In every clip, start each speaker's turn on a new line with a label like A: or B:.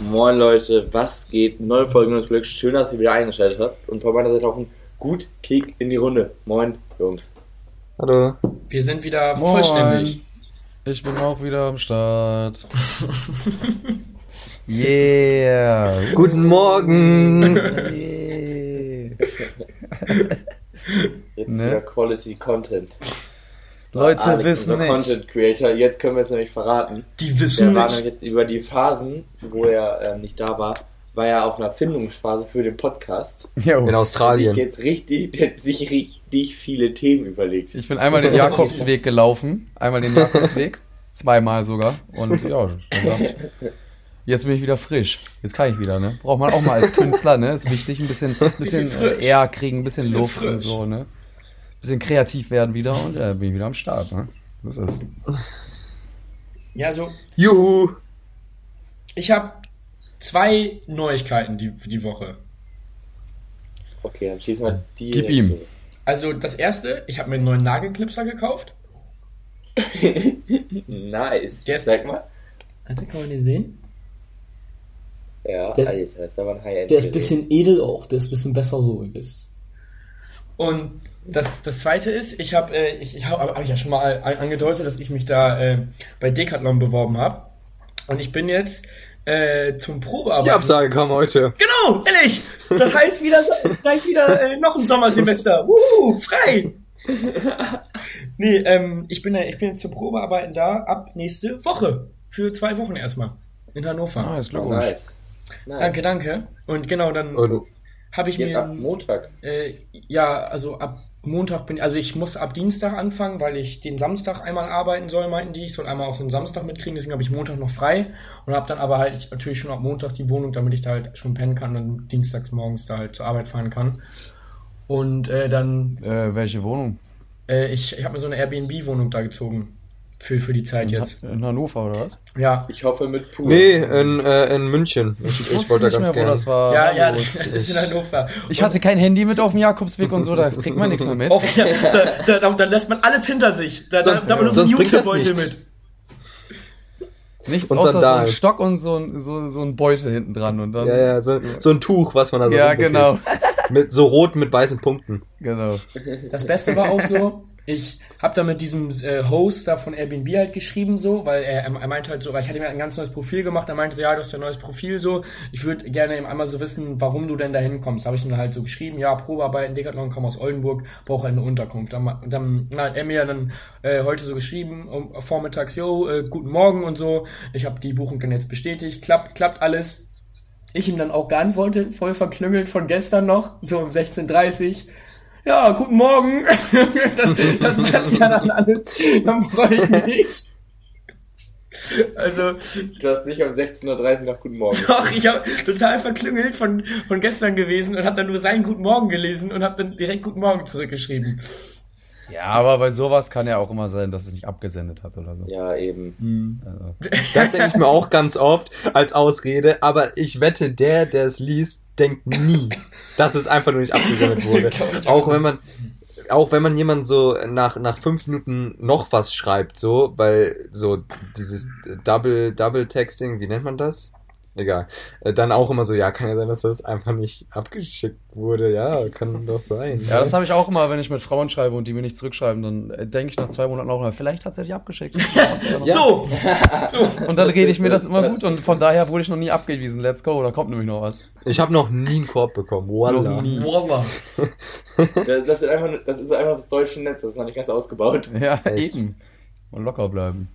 A: Moin Leute, was geht? Neue Folge des Glücks. Schön, dass ihr wieder eingeschaltet habt. Und von meiner Seite auch ein gut Kick in die Runde. Moin, Jungs.
B: Hallo.
C: Wir sind wieder vollständig.
D: Ich bin auch wieder am Start. yeah.
B: Guten Morgen.
D: Yeah.
A: Jetzt
D: Ne?
A: wieder Quality Content.
D: Leute
A: Alex,
D: wissen
A: unser
D: nicht.
A: Content Creator. Jetzt können wir es nämlich verraten.
C: Die
A: Der
C: wissen
A: war
C: nicht.
A: nämlich jetzt über die Phasen, wo er ähm, nicht da war, war er auf einer Findungsphase für den Podcast.
D: Jo.
B: In
A: Sich
B: Australien.
A: jetzt richtig, der hat sich richtig viele Themen überlegt.
D: Ich bin einmal den Jakobsweg gelaufen, einmal den Jakobsweg, zweimal sogar. Und ja, wie gesagt, jetzt bin ich wieder frisch. Jetzt kann ich wieder, ne? Braucht man auch mal als Künstler, ne? Ist wichtig, ein bisschen, ein bisschen
C: frisch.
D: äh, Air kriegen, ein bisschen
C: Bisschen
D: Luft und
C: frisch.
D: so, ne? Ein bisschen kreativ werden wieder und äh, bin ich wieder am Start, ne? Das ist.
C: Ja, so,
B: Juhu.
C: ich habe zwei Neuigkeiten die, für die Woche.
A: Okay, dann schießen wir die.
D: Gib ihm.
A: Los.
C: Also, das erste, ich habe mir einen neuen Nagelklipser gekauft.
A: nice.
C: Der ist-
A: Sag mal.
C: Alter, kann man den sehen?
A: Ja,
E: Der-
A: Alter, das ist aber ein High-End.
E: Der ist ein bisschen edel auch, der ist ein bisschen besser so, ihr wisst.
C: Und das, das zweite ist, ich habe, äh, ich, ich habe hab ich ja schon mal an- angedeutet, dass ich mich da äh, bei Decathlon beworben habe. Und ich bin jetzt äh, zum
B: Die
C: Probearbeiten.
B: Absage kam heute.
C: Genau, ehrlich. Das heißt wieder, das heißt wieder äh, noch ein Sommersemester. Wuhu, frei. Nee, ähm, ich bin, ja- ich bin jetzt zur Probearbeiten da ab nächste Woche. Für zwei Wochen erstmal. In Hannover.
D: Ah, ist
A: Oh,
D: Glückwunsch.
A: nice. nice.
C: Danke, danke. Und genau, dann
B: Und
C: habe ich
A: Jetzt ab
C: mir.
A: Montag.
C: Äh, ja, also ab Montag bin also ich muss ab Dienstag anfangen, weil ich den Samstag einmal arbeiten soll, meinten die. Ich soll einmal auch so einen Samstag mitkriegen, deswegen habe ich Montag noch frei und habe dann aber halt natürlich schon ab Montag die Wohnung, damit ich da halt schon pennen kann und dann dienstags morgens da halt zur Arbeit fahren kann. Und äh, dann,
D: Äh, welche Wohnung?
C: äh, ich, ich habe mir so eine Airbnb-Wohnung da gezogen. Für, für die
B: Mhm.
C: Zeit jetzt.
D: In Hannover oder was?
C: Ja.
A: Ich hoffe mit Pool.
B: nee, in, äh, in München. Ich, ich,
D: wusste
B: wollte
D: nicht
B: ganz
D: mehr,
B: gerne.
D: wo das war.
C: Ja, ja,
D: Hamburg.
C: das ist in Hannover.
D: Ich hatte kein Handy mit auf dem Jakobsweg und so, da kriegt man nichts mehr mit.
C: Oh, ja, da, da, da, da lässt man alles hinter sich. Da, da,
B: Sonst-
C: da hat man nur so einen
B: sonst bringt das
C: Jutebeutel
B: nichts.
C: mit.
D: Nichts
B: Und
D: außer so ein
B: Sandalen.
D: Stock und so ein, so, so ein Beutel hinten dran und dann.
B: Ja, also ja, so, so ein Tuch, was man da so
D: Ja,
B: rumwickelt.
D: genau.
B: Mit so rot mit weißen Punkten.
D: Genau.
C: Das Beste war auch so, ich habe da mit diesem äh, Host da von Airbnb halt geschrieben so, weil er, er meinte halt so, ich hatte mir ein ganz neues Profil gemacht, er meinte so, ja, du hast ja ein neues Profil so, ich würde gerne eben einmal so wissen, warum du denn da hinkommst. Habe ich ihm halt so geschrieben, ja, Probearbeiten, Decathlon, komme aus Oldenburg, brauche eine Unterkunft. Dann, ma- dann na, hat er mir dann äh, heute so geschrieben, um, vormittags, yo, äh, guten Morgen und so, ich habe die Buchung dann jetzt bestätigt, klappt, klappt alles, ich ihm dann auch geantwortet, voll verklüngelt von gestern noch, so um 16.30 Ja, guten Morgen. Das, das passt ja dann alles. Dann freue ich mich. Also,
A: Du hast nicht um 16.30 Uhr noch Guten Morgen.
C: doch, ich habe total verklüngelt von, von gestern gewesen und habe dann nur seinen Guten Morgen gelesen und habe dann direkt Guten Morgen zurückgeschrieben.
D: Ja, aber bei sowas kann ja auch immer sein, dass es nicht abgesendet hat oder so.
A: ja, eben.
D: Also,
B: Das denke ich mir auch ganz oft als Ausrede, aber ich wette, der, der es liest, denkt nie, dass es einfach nur nicht abgesendet wurde. auch wenn man auch wenn man jemand so nach, nach fünf Minuten noch was schreibt, so, weil so dieses Double, Double Texting, wie nennt man das? Egal. Äh, Dann auch immer so, ja, kann ja sein, dass das einfach nicht abgeschickt wurde. Ja, kann doch sein.
D: ja, das habe ich auch immer, wenn ich mit Frauen schreibe und die mir nicht zurückschreiben, dann äh, denke ich nach zwei Monaten auch, na, vielleicht hat sie die abgeschickt.
C: So, so.
D: Und dann rede ich mir das immer gut und von daher wurde ich noch nie abgewiesen. Let's go, da kommt nämlich noch was.
B: ich habe noch nie einen Korb bekommen. Voila.
D: Noch nie.
C: Voila.
A: Das, das, ist einfach, das ist einfach das deutsche Netz, das ist noch nicht ganz ausgebaut.
D: Ja,
B: Echt?
D: eben. Und locker bleiben.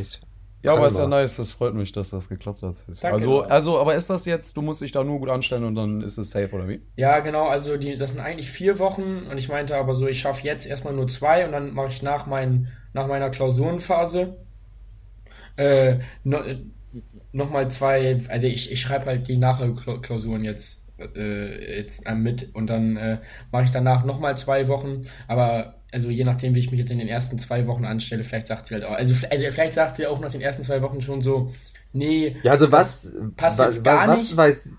B: Echt.
D: Ja,
B: Kann
D: aber ist ja
B: man.
D: nice, das freut mich, dass das geklappt hat.
C: Danke.
D: Also, also, aber ist das jetzt, du musst dich da nur gut anstellen und dann ist es safe, oder wie?
C: Ja, genau, also die, das sind eigentlich vier Wochen und ich meinte aber so, ich schaffe jetzt erstmal nur zwei und dann mache ich nach, mein, nach meiner Klausurenphase äh, no, nochmal zwei, also ich, ich schreibe halt die Nachklausuren jetzt, äh, jetzt äh, mit und dann äh, mache ich danach nochmal zwei Wochen, aber also je nachdem, wie ich mich jetzt in den ersten zwei Wochen anstelle, vielleicht sagt sie halt auch, also, also vielleicht sagt sie auch nach den ersten zwei Wochen schon so, nee,
B: Ja, also was,
C: passt
B: was,
C: jetzt gar
B: was
C: nicht.
B: weiß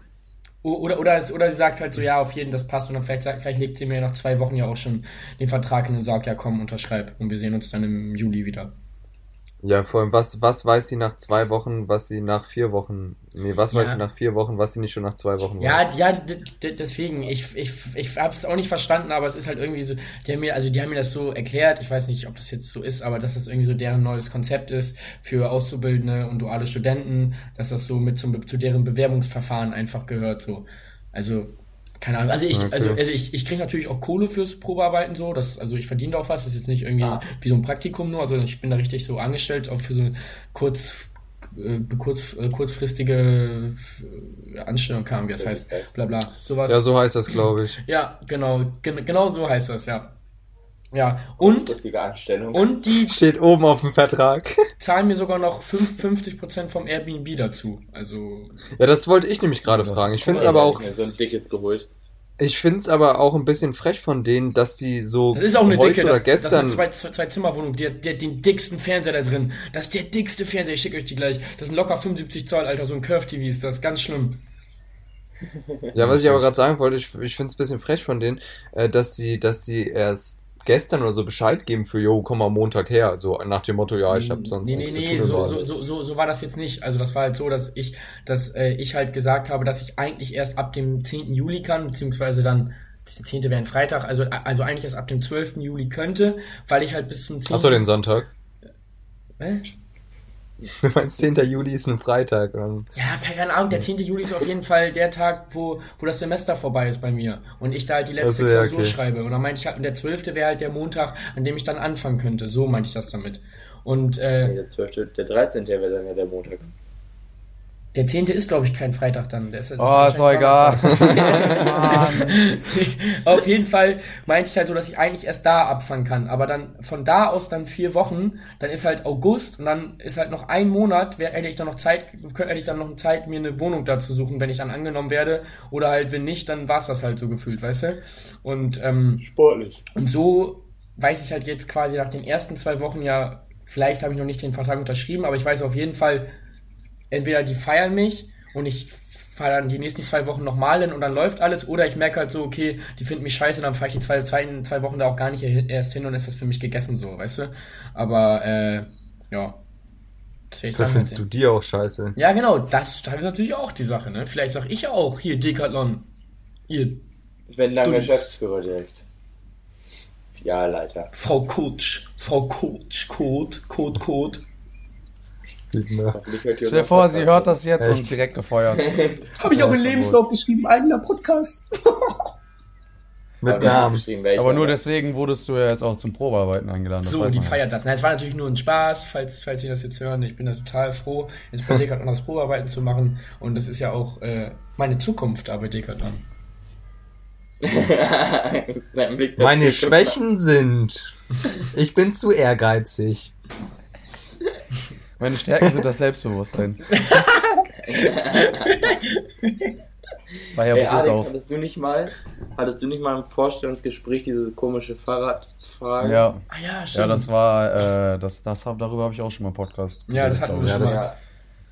C: O- Oder, oder, es- oder sie sagt halt so, ja, auf jeden, das passt. Und dann vielleicht, sagt, vielleicht legt sie mir nach zwei Wochen ja auch schon den Vertrag hin und sagt, ja, komm, unterschreib. Und wir sehen uns dann im Juli wieder.
B: Ja, vor allem, was, was weiß sie nach zwei Wochen, was sie nach vier Wochen, nee, was
C: Ja.
B: weiß sie nach vier Wochen, was sie nicht schon nach zwei Wochen weiß?
C: Ja, ja, d- d- deswegen, ich, ich, ich hab's auch nicht verstanden, aber es ist halt irgendwie so, die haben mir, also die haben mir das so erklärt, ich weiß nicht, ob das jetzt so ist, aber dass das irgendwie so deren neues Konzept ist für Auszubildende und duale Studenten, dass das so mit zum, zu deren Bewerbungsverfahren einfach gehört, so. Also, keine Ahnung, also ich,
B: Okay.
C: also, also ich, ich kriege natürlich auch Kohle fürs Probearbeiten so, das, also ich verdiene da auch was, das ist jetzt nicht irgendwie
A: Ah.
C: wie so ein Praktikum nur, also ich bin da richtig so angestellt, auch für so kurz, äh, kurz, äh, kurzfristige äh, Anstellung kam, wie das heißt, bla bla, sowas.
B: Ja, so heißt das, glaube ich.
C: Ja, genau, gen genau so heißt das, ja. Ja, und,
A: Lustige Anstellung.
C: und die
B: Steht oben auf dem Vertrag.
C: zahlen mir sogar noch fünf- 50% vom Airbnb dazu, also
B: Ja, das wollte ich nämlich gerade
D: Das
B: fragen.
D: ist
B: Ich finde es
A: Ja,
B: aber
A: ich
B: auch,
A: hab mir so ein dickes geholt.
B: ich finde es aber auch ein bisschen frech von denen, dass sie so
C: Das ist auch eine
B: Oh, heute
C: dicke,
B: oder
C: das,
B: gestern.
C: das ist eine zwei, zwei, zwei Zimmerwohnung, die hat, die hat den dicksten Fernseher da drin. Das ist der dickste Fernseher, ich schicke euch die gleich. Das sind locker 75 Zoll, Alter, so ein Curve TV ist das, ganz schlimm.
B: Ja, was ich aber gerade sagen wollte, ich, ich finde es ein bisschen frech von denen, äh, dass sie, dass sie erst gestern oder so Bescheid geben für, jo, komm mal Montag her. So nach dem Motto, ja, ich habe sonst
C: Mm, nee, nee,
B: nichts
C: nee,
B: zu tun.
C: so,
B: im
C: so,
B: Wahl.
C: so, so, so war das jetzt nicht. Also das war halt so, dass ich, dass äh, ich halt gesagt habe, dass ich eigentlich erst ab dem 10. Juli kann, beziehungsweise dann 10. wäre ein Freitag, also, also eigentlich erst ab dem 12. Juli könnte, weil ich halt bis zum 10.
B: Ach so, den Sonntag.
C: Hä?
B: Du meinst, 10. Juli ist ein Freitag. ähm.
C: Ja, ke- keine Ahnung, der 10. Juli ist auf jeden Fall der Tag, wo, wo das Semester vorbei ist bei mir und ich da halt die letzte
B: Ach so, ja,
C: Klausur
B: okay.
C: schreibe. Und dann meinte ich halt, und der 12. wäre halt der Montag, an dem ich dann anfangen könnte. So meinte ich das damit. Und
A: Nee,
C: äh,
A: der 12., der 13. wäre dann ja der Montag.
C: der 10. ist, glaube ich, kein Freitag dann. Der ist, das
D: Oh, ist doch egal.
C: wahrscheinlich
D: Mann.
C: Donnerstag. auf jeden Fall meinte ich halt so, dass ich eigentlich erst da abfangen kann. Aber dann von da aus dann vier Wochen, dann ist halt August und dann ist halt noch ein Monat, wär, hätte ich dann noch Zeit, hätte ich dann noch Zeit, mir eine Wohnung da zu suchen, wenn ich dann angenommen werde. Oder halt, wenn nicht, dann war es das halt so gefühlt, weißt du? Und ähm,
A: Sportlich.
C: und so weiß ich halt jetzt quasi nach den ersten zwei Wochen ja, vielleicht habe ich noch nicht den Vertrag unterschrieben, aber ich weiß auf jeden Fall, entweder die feiern mich und ich fahre dann die nächsten zwei Wochen nochmal hin und dann läuft alles, oder ich merke halt so, okay, die finden mich scheiße, dann fahre ich die zwei, zwei, zwei Wochen da auch gar nicht erst hin und ist das für mich gegessen, so, weißt du? Aber, äh, ja. Das will ich
B: Da
C: dann
B: findest du
C: erzählen.
B: die auch scheiße.
C: Ja, genau, das, das ist natürlich auch die Sache, ne? Vielleicht sag ich ja auch, hier, Decathlon. Ihr
A: Wenn dann
C: Du-
A: Geschäftsführer direkt. Ja, Leiter.
C: Frau Coach, Frau Coach, Code, Code, Code.
B: Sieht man.
A: Hoffentlich hört ihr
D: Stell dir
A: unseren
D: vor, sie
A: Podcast
D: hört das jetzt und
B: Echt?
D: direkt gefeuert.
E: Habe ich auch in Lebenslauf geschrieben, eigener Podcast.
A: nicht.
B: Mit
A: Aber wir haben
B: Namen.
A: geschrieben, welcher.
D: Aber nur deswegen wurdest du ja jetzt auch zum Probearbeiten eingeladen. das
C: So,
D: weiß
C: die
D: man ja.
C: feiert das. Nein, es war natürlich nur ein Spaß, falls, falls Sie das jetzt hören. Ich bin da total froh, jetzt bei Decathlon das Probearbeiten zu machen. Und das ist ja auch äh, meine Zukunft, aber Decathlon.
A: Sein Blick dazu
B: Meine
A: kommt-
B: Schwächen sind, ich bin zu ehrgeizig.
D: Meine Stärken sind das Selbstbewusstsein. War ja
A: Ey,
D: Brot
A: Alex,
D: auf.
A: hattest du nicht mal, hattest du nicht mal im Vorstellungsgespräch diese komische Fahrradfrage?
D: Ja,
C: Ah ja, stimmt.
D: ja, das war, äh, das, das hab, darüber habe ich auch schon mal einen Podcast.
C: Ja, das
D: gehört,
C: hatten
D: glaub
C: wir
D: ich.
C: schon
B: Ja,
C: mal.
B: das-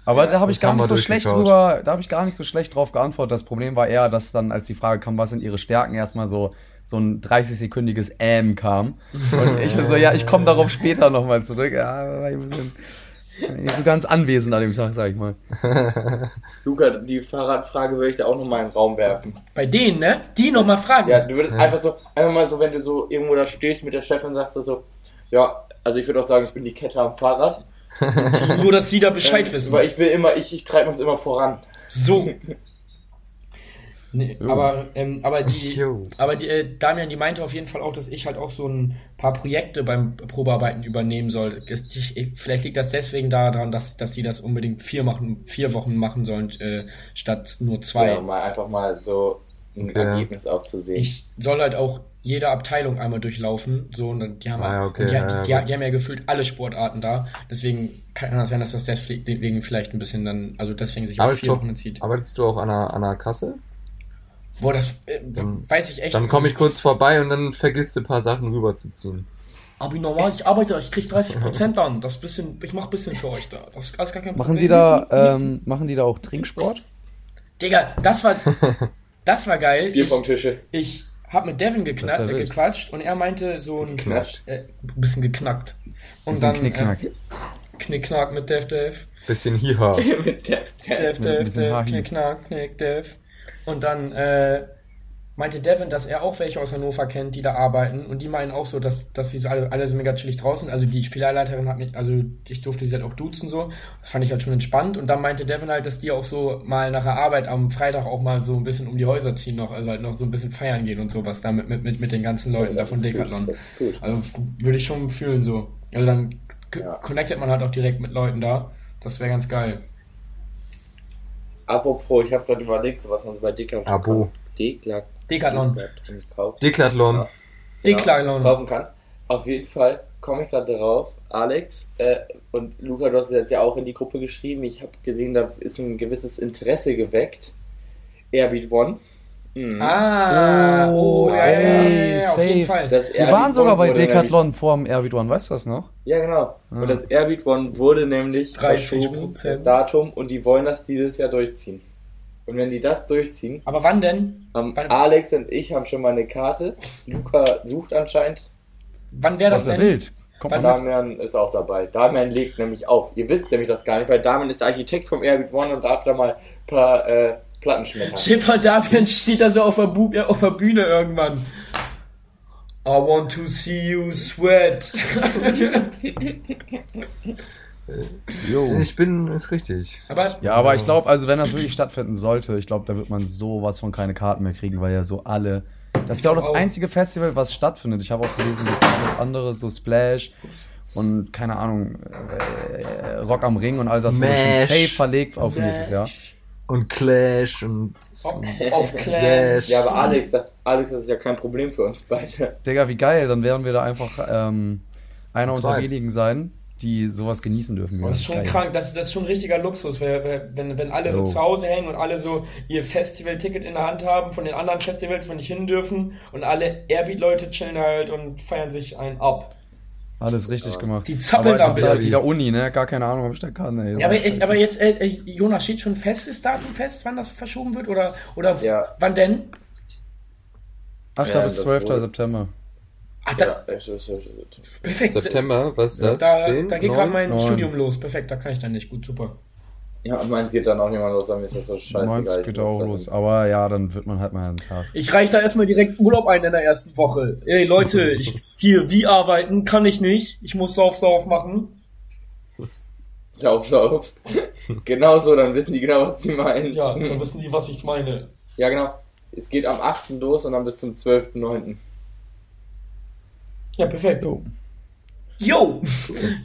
D: Aber da habe ich
B: Das
D: gar
B: haben
D: nicht
B: wir
D: so schlecht
B: durchgekaut.
D: drüber, da habe ich gar nicht so schlecht drauf geantwortet. Das Problem war eher, dass dann, als die Frage kam, was sind ihre Stärken, erstmal so so ein 30-sekündiges Ähm kam. Und ich so, ja, ich komme darauf später nochmal zurück. Ja, war ich ein bisschen nicht so ganz anwesend an dem Tag, sag ich mal.
A: Luca, die Fahrradfrage würde ich da auch nochmal in den Raum werfen.
C: Bei denen, ne? Die nochmal fragen.
A: Ja, du würdest
B: Ja.
A: einfach so, einfach mal so, wenn du so irgendwo da stehst mit der Chefin und sagst so, so, ja, also ich würde auch sagen, ich bin die Kette am Fahrrad.
C: Nur, dass sie da Bescheid
A: Ähm,
C: wissen.
A: Weil ich will immer, ich, ich treibe uns immer voran.
C: so. Nee,
D: Jo.
C: aber, ähm, aber die,
B: Jo.
C: Aber die, äh, Damian, die meinte auf jeden Fall auch, dass ich halt auch so ein paar Projekte beim Probearbeiten übernehmen soll. Das- Ich, ich- vielleicht liegt das deswegen daran, dass, dass die das unbedingt vier, machen, vier Wochen machen sollen, äh, statt nur zwei.
A: Ja, genau, mal einfach mal so ein
B: Okay.
A: Ergebnis aufzusehen.
C: Ich soll halt auch jede Abteilung einmal durchlaufen. So, und dann- die haben, halt,
B: Ah, ja, okay,
C: und die,
B: ja,
C: die,
B: ja,
C: die,
B: gut.
C: die haben ja gefühlt alle Sportarten da. Deswegen kann das sein, dass das deswegen vielleicht ein bisschen dann, also deswegen sich auf
B: Arbeitest
C: vier Wochen
B: du,
C: zieht.
B: arbeitest du auch an einer, an einer Kasse?
C: Boah, das äh,
B: Dann-
C: weiß ich echt.
B: Dann komme ich kurz vorbei und dann vergisst du ein paar Sachen rüberzuziehen.
C: Aber normal, ich arbeite, ich krieg 30% dann. Das bisschen, ich mach bisschen für euch da. Das ist gar kein Problem.
D: Machen die da, ähm, machen die da auch Trinksport?
C: Digga, das war, das war geil.
A: Bier
C: Ich,
A: vom Tische.
C: ich hab mit Devin geknackt,
D: Das war
C: äh,
D: wild.
C: gequatscht und er meinte so ein
A: Geknackt?
C: Äh, ein bisschen geknackt. Und
D: Bisschen
C: dann,
D: Knickknack.
C: Äh, Knickknack mit Def Def.
B: Bisschen Hiha.
A: Mit der, der,
C: Dev,
D: Mit ein
C: Dev,
D: bisschen
C: Dev,
D: Haarhieb.
C: Knick, Knack, Knick, Dev. Und dann äh, meinte Devin, dass er auch welche aus Hannover kennt, die da arbeiten. Und die meinen auch so, dass, dass sie so alle, alle so mega chillig draußen. Also die Spielerleiterin hat mich, also ich durfte sie halt auch duzen so. Das fand ich halt schon entspannt. Und dann meinte Devin halt, dass die auch so mal nach der Arbeit am Freitag auch mal so ein bisschen um die Häuser ziehen noch. Also halt noch so ein bisschen feiern gehen und sowas da mit, mit, mit, mit den ganzen Leuten da von Decathlon.
A: Das ist gut.
C: Also f- würde ich schon fühlen so. Also dann k-
A: Ja.
C: connectet man halt auch direkt mit Leuten da. Das wäre ganz geil.
A: Apropos, ich habe gerade überlegt, so was man so bei Declan
B: Abo.
A: Declan
C: Decathlon.
A: Declan- kauft.
B: Deklathlon.
A: Ja.
C: Declan.
A: kaufen kann. Auf jeden Fall komme ich gerade darauf. Alex äh, und Luca, du hast es jetzt ja auch in die Gruppe geschrieben. Ich habe gesehen, da ist ein gewisses Interesse geweckt. Airbeat One. Mhm.
C: Ah, oh,
D: Oh,
C: ja, ja, ja, ja, ja, auf
D: ey,
C: jeden
D: safe.
C: Fall.
A: Das
D: Wir
A: Airbeat
D: waren sogar
A: One
D: bei
A: wurde
D: Decathlon vor dem Airbeat One, weißt du das noch?
A: Nämlich, ja, genau. Und das Airbeat One wurde nämlich
C: 30%
A: verschoben, das Datum, und die wollen das dieses Jahr durchziehen. Und wenn die das durchziehen,
C: Aber wann denn?
A: haben
C: Warte mal.
A: Alex und ich haben schon mal eine Karte. Luca sucht anscheinend.
C: Wann wäre das
D: Das ist
C: denn?
D: wild. Kommt
C: Weil
D: mal mit.
A: Damian ist auch dabei. Damian legt nämlich auf. Ihr wisst nämlich das gar nicht, weil Damian ist der Architekt vom Airbeat One und darf da mal ein paar äh, Platten schmettern.
C: Schiffer Davian steht da so auf der, Bu äh, auf der Bühne irgendwann. I want to see you sweat.
D: Jo.
B: Ich bin, ist richtig.
C: Aber
D: Ja, aber ich glaube, also wenn das wirklich stattfinden sollte, ich glaube, da wird man sowas von keine Karten mehr kriegen, weil ja so alle. Das ist ja auch das
C: Wow.
D: einzige Festival, was stattfindet. Ich habe auch gelesen, dass alles andere, so Splash und keine Ahnung, äh, Rock am Ring und all das wurde schon
B: Mash.
D: safe verlegt auf nächstes Jahr.
B: Und Clash und
C: Oh, auf Clans.
A: Ja, aber Alex, da- Alex, das ist ja kein Problem für uns beide.
D: Digga, wie geil, dann werden wir da einfach ähm, einer
B: Zu
D: unter
B: zweit.
D: wenigen sein, die sowas genießen dürfen.
C: Das ist schon
D: Geil.
C: krank, das, das ist schon richtiger Luxus, weil- weil- wenn, wenn alle so
D: Jo.
C: zu Hause hängen und alle so ihr Festival-Ticket in der Hand haben von den anderen Festivals, wenn nicht hin dürfen und alle Airbeat-Leute chillen halt und feiern sich einen ab.
D: Alles richtig gemacht.
C: Die zappeln
D: aber ich
C: da
D: hab
C: ein
D: jetzt
C: bisschen.
D: wieder Uni, ne? Gar keine Ahnung, ob ich da kann. Ey.
C: Ja, aber, ich, aber jetzt, äh, äh, Jonas, steht schon fest, ist Datum fest, wann das verschoben wird? Oder, oder
A: Ja.
C: wann denn?
D: 8.
A: Ja,
D: bis
A: das
D: 12.
A: wohl.
D: September.
C: Ach, da,
A: Ja, es ist- es ist-
C: perfekt.
B: September, was ist das?
C: Da,
B: 10?
C: da geht gerade
B: 9?
C: mein
D: Neun.
C: Studium los. Perfekt, da kann ich dann nicht. Gut, super.
A: ja, und meins geht dann auch niemand los, dann ist das so scheißegal.
D: 90
A: Ich
D: geht
A: muss
D: auch
A: dann-
D: los. Aber ja, dann wird man halt mal einen Tag.
C: Ich reiche da erstmal direkt Urlaub ein in der ersten Woche. Ey, Leute, ich hier wie arbeiten kann ich nicht. Ich muss Sauf Sauf machen.
A: Sauf, sauf. genau so, dann wissen die genau, was sie meinen.
C: Ja, dann wissen die, was ich meine.
A: ja, genau. Es geht am 8. los und dann bis zum 12.9.
C: Ja, perfekt.
D: Jo,
C: Yo!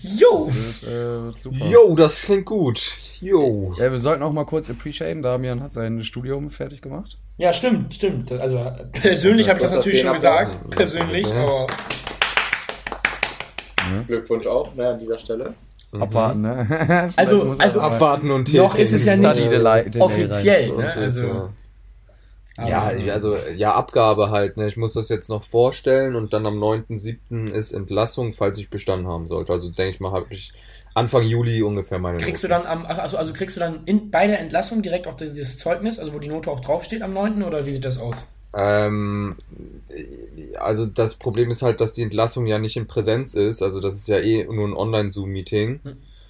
C: Yo!
A: Oh.
D: das wird, äh, wird super.
B: Jo, das klingt gut. Jo.
D: Ja, wir sollten auch mal kurz appreciaten. Damian hat sein Studium fertig gemacht.
C: Ja, stimmt, stimmt. Also äh, persönlich habe ich das
A: Das
C: natürlich
A: sehen
C: schon
A: Applaus.
C: gesagt. Persönlich,
B: Ja.
C: aber
A: Glückwunsch auch, ne, an dieser Stelle.
D: Abwarten, ne? Vielleicht
C: Also-
D: muss er
C: also-
D: mal-
B: Mhm. Abwarten und
C: Noch ist es ja nicht
D: Study delay, delay Rein. Ah,
C: offiziell.
B: Und
C: Ne?
B: so,
C: Also,
B: so. Ja,
C: ähm,
B: ich, also ja, Abgabe halt, ne? Ich muss das jetzt noch vorstellen und dann am 9.7. ist Entlassung, falls ich bestanden haben sollte. Also denke ich mal, habe ich Anfang Juli ungefähr meine
C: Kriegst du
B: Noten.
C: dann am, ach, also, also kriegst du dann in, bei der Entlassung direkt auch das, das Zeugnis, also wo die Note auch draufsteht am 9. oder wie sieht das aus?
B: Ähm, also das Problem ist halt, dass die Entlassung ja nicht in Präsenz ist. Also das ist ja eh nur ein Online-Zoom-Meeting.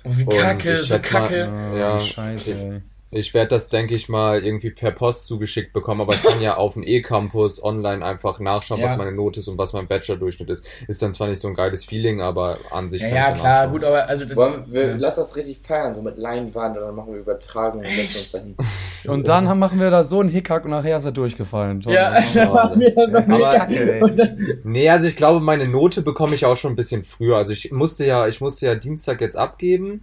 C: Oh, wie
B: Und
C: kacke,
B: ich
C: so
B: schätz mal,
C: kacke.
D: Oh,
B: Ja.
D: Scheiße, ey.
B: Ich werde das, denke ich mal, irgendwie per Post zugeschickt bekommen, aber ich kann ja auf dem E-Campus online einfach nachschauen,
C: Ja.
B: was meine Note ist und was mein Bachelor-Durchschnitt ist. Ist dann zwar nicht so ein geiles Feeling, aber an sich
C: ja,
B: kann ich's
C: ja, klar,
B: nachschauen.
C: gut, aber also
A: Wollen wir,
C: ja.
A: Lass das richtig feiern, so mit Leinwand und dann machen wir Übertragung und setzen uns dahin.
D: Und dann haben, machen wir da so einen Hickhack und nachher ist er durchgefallen. Toll. Ähm,
C: ja, da war mir das auch
B: Aber-
C: mega. Und dann-
B: Nee, also ich glaube, meine Note bekomme ich auch schon ein bisschen früher. Also ich musste ja, ich musste ja Dienstag jetzt abgeben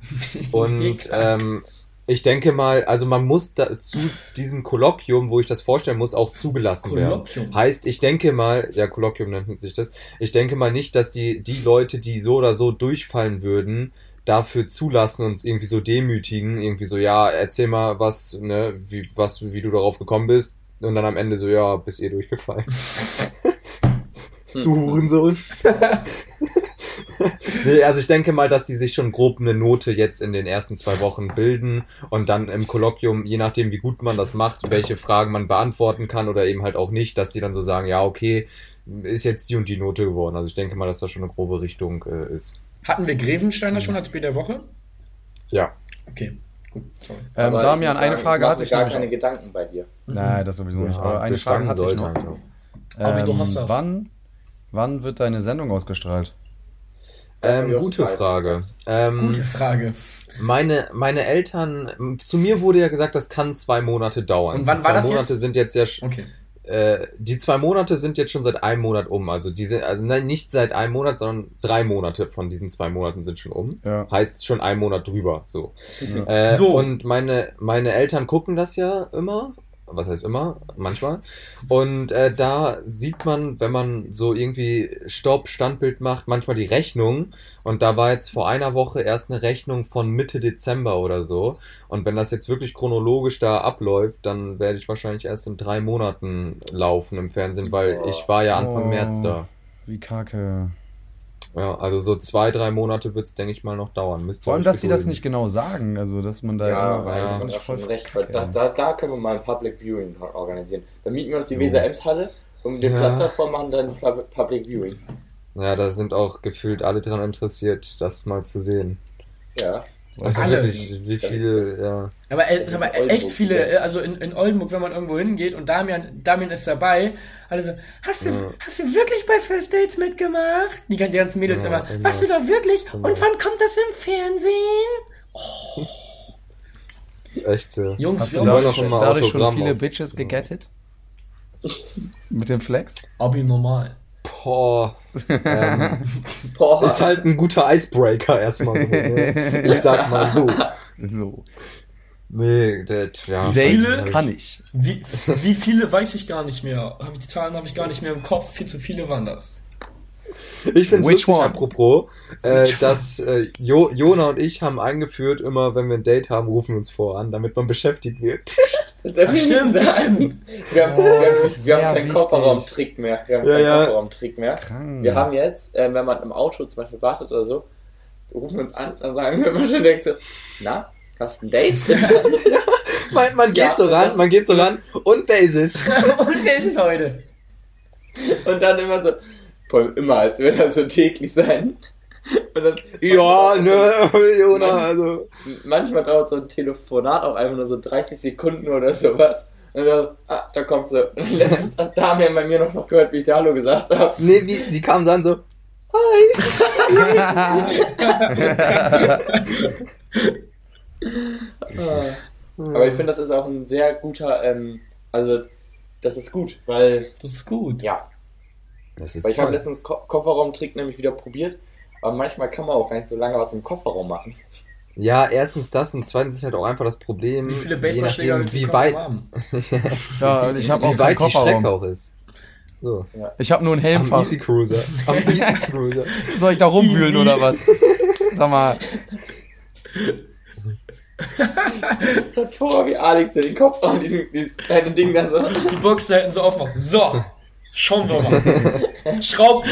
B: und ähm, ich denke mal, also man muss da, zu diesem Kolloquium, wo ich das vorstellen muss, auch zugelassen
C: Kolloquium?
B: werden. Heißt, ich denke mal, ja, Kolloquium nennt sich das. Ich denke mal nicht, dass die die Leute, die so oder so durchfallen würden, dafür zulassen und irgendwie so demütigen, irgendwie so, ja, erzähl mal was, ne, wie was, wie du darauf gekommen bist und dann am Ende so, ja, bist ihr durchgefallen. Du Hurensohn. nee, also ich denke mal, dass die sich schon grob eine Note jetzt in den ersten zwei Wochen bilden und dann im Kolloquium, je nachdem wie gut man das macht, welche Fragen man beantworten kann oder eben halt auch nicht, dass die dann so sagen, ja, okay, ist jetzt die und die Note geworden. Also ich denke mal, dass da schon eine grobe Richtung äh, ist.
C: Hatten wir Grevensteiner schon als Spiel der Woche?
B: Ja.
C: Okay, gut. Sorry.
D: Ähm,
A: Aber ich
D: Damian,
A: muss
D: eine
A: sagen,
D: Frage
A: mach
D: hatte
A: mir
D: ich
A: gar
D: noch.
A: keine Gedanken bei dir.
D: Nein, das sowieso nicht. Aber eine Frage hatte ich noch.
C: Aber du
D: Ähm,
C: hast das.
D: Wann, wann wird deine Sendung ausgestrahlt?
B: Ähm,
A: Ja,
B: gute
A: Frage.
B: Frage. Ähm,
C: Gute Frage.
B: Meine, meine Eltern, m, zu mir wurde ja gesagt, das kann zwei Monate dauern.
C: Und wann
B: die
C: war
B: zwei
C: das
B: Monate
C: jetzt?
B: sind jetzt ja, sch-
C: Okay.
B: äh, die zwei Monate sind jetzt schon seit einem Monat um. Also diese, also nein, nicht seit einem Monat, sondern drei Monate von diesen zwei Monaten sind schon um.
D: Ja.
B: Heißt schon ein Monat drüber, so.
D: Ja.
B: Äh,
C: So.
B: Und meine, meine Eltern gucken das ja immer. Was heißt immer? Manchmal. Und äh, da sieht man, wenn man so irgendwie Staub-Standbild macht, manchmal die Rechnung. Und da war jetzt vor einer Woche erst eine Rechnung von Mitte Dezember oder so. Und wenn das jetzt wirklich chronologisch da abläuft, dann werde ich wahrscheinlich erst in drei Monaten laufen im Fernsehen, weil
A: Boah.
B: ich war ja Anfang
D: Oh.
B: März da.
D: Wie kacke.
B: Ja, also so zwei, drei Monate wird's denke ich mal, noch dauern. Müsst ihr
D: Vor allem,
B: euch
D: dass sie das
B: gedulden.
D: nicht genau sagen. Also, dass man da. Ah.
A: Ja,
D: immer-
A: weil das
B: fand
A: ist
D: ich
A: schon
D: voll
A: recht, genau. weil
D: kacke.
A: das, da, da können wir mal ein Public Viewing organisieren. Dann mieten wir uns die
D: Jo.
A: Weser-Ems-Halle und den
B: Ja.
A: Platz davor machen dann Pub- Public Viewing.
B: Ja, da sind auch gefühlt alle dran interessiert, das mal zu sehen.
A: Ja.
B: Also
C: Alle.
B: wirklich, wie viele, ja.
C: Aber, äh,
A: Das ist
C: aber
A: Oldenburg,
C: echt viele,
A: ja.
C: äh, also in, in Oldenburg, wenn man irgendwo hingeht und Damian, Damian ist dabei, alle so, hast du,
B: Ja.
C: hast du wirklich bei First Dates mitgemacht? Die, gan- die ganzen Mädels
B: Ja,
C: immer,
B: genau.
C: warst du da wirklich? Und wann kommt das im Fernsehen?
B: Echt so.
C: Jungs,
D: Hast du
B: Die wollen
C: Jungs,
B: doch
D: dadurch,
B: immer
D: dadurch schon
B: Autogramm
D: viele
B: auf.
D: Bitches gegettet? Mit dem Flex?
C: Abi normal.
B: Boah. Ähm,
A: Boah,
B: ist halt ein guter Icebreaker erstmal so. Ne? Ich sag mal so.
D: So.
B: Nee, der, ja. halt-
D: Dates kann ich.
C: Wie, wie viele weiß ich gar nicht mehr. Hab ich, die Zahlen habe ich gar nicht mehr im Kopf. Viel zu viele waren das.
B: Ich finde es
D: Which
B: lustig,
D: one?
B: apropos, äh, dass äh, jo Jona und ich haben eingeführt, immer wenn wir ein Date haben, rufen wir uns vor an, damit man beschäftigt wird.
A: das ist
C: Stimmt, stimmt.
A: Wir haben, wir
D: das
A: haben,
D: ist
A: wir
D: sehr
A: haben keinen
D: wichtig.
A: Kofferraumtrick mehr. Wir haben
B: Ja,
A: keinen
B: ja.
A: Kofferraumtrick mehr.
D: Krank.
A: Wir haben jetzt, äh, wenn man im Auto zum Beispiel wartet oder so, rufen wir uns an, dann sagen wir immer schon direkt so, na, hast ein Date?
B: Man, man geht
A: Ja,
B: so ran,
A: das-
B: man geht so ran und Basis.
C: Und wer ist es heute?
A: und dann immer so, vor allem immer, als würde das so täglich sein. Und dann,
B: ja, ne, Jona,
A: Mann.
B: also.
A: manchmal dauert so ein Telefonat auch einfach nur so 30 Sekunden oder sowas. Und dann, ah, da kommst du. Und letztens hat Damian bei mir noch, noch gehört, wie ich da Hallo gesagt habe.
B: Nee, wie, sie kam so an, so, hi. Ah.
A: Aber ich finde, das ist auch ein sehr guter, ähm, also das ist gut, weil,
C: Das ist gut.
A: ja,
B: Das ist
A: weil ich habe
B: toll.
A: letztens Ko Kofferraumtrick nämlich wieder probiert, aber manchmal kann man auch gar nicht so lange was im Kofferraum machen.
B: Ja, erstens das und zweitens ist halt auch einfach das Problem,
C: Wie viele
B: je
C: Baseballschläger
B: nachdem,
C: willst du im
B: wie
C: Koffer
B: weit,
C: haben?
D: Ja, ich habe auch
B: wie weit
D: keinen
B: die Strecke
D: Kofferraum.
B: auch ist. So.
D: Ich habe nur einen
B: Am
D: Helmfach.
B: Easy Cruiser. Am Easy Cruiser.
D: Soll ich da rumwühlen
C: Easy.
D: oder was? Sag mal,
A: Statt vor, wie Alex in den Kofferraum dieses, dieses kleine Ding da so.
C: Die Box da hinten so aufmacht. So, schauen wir mal. Schraub.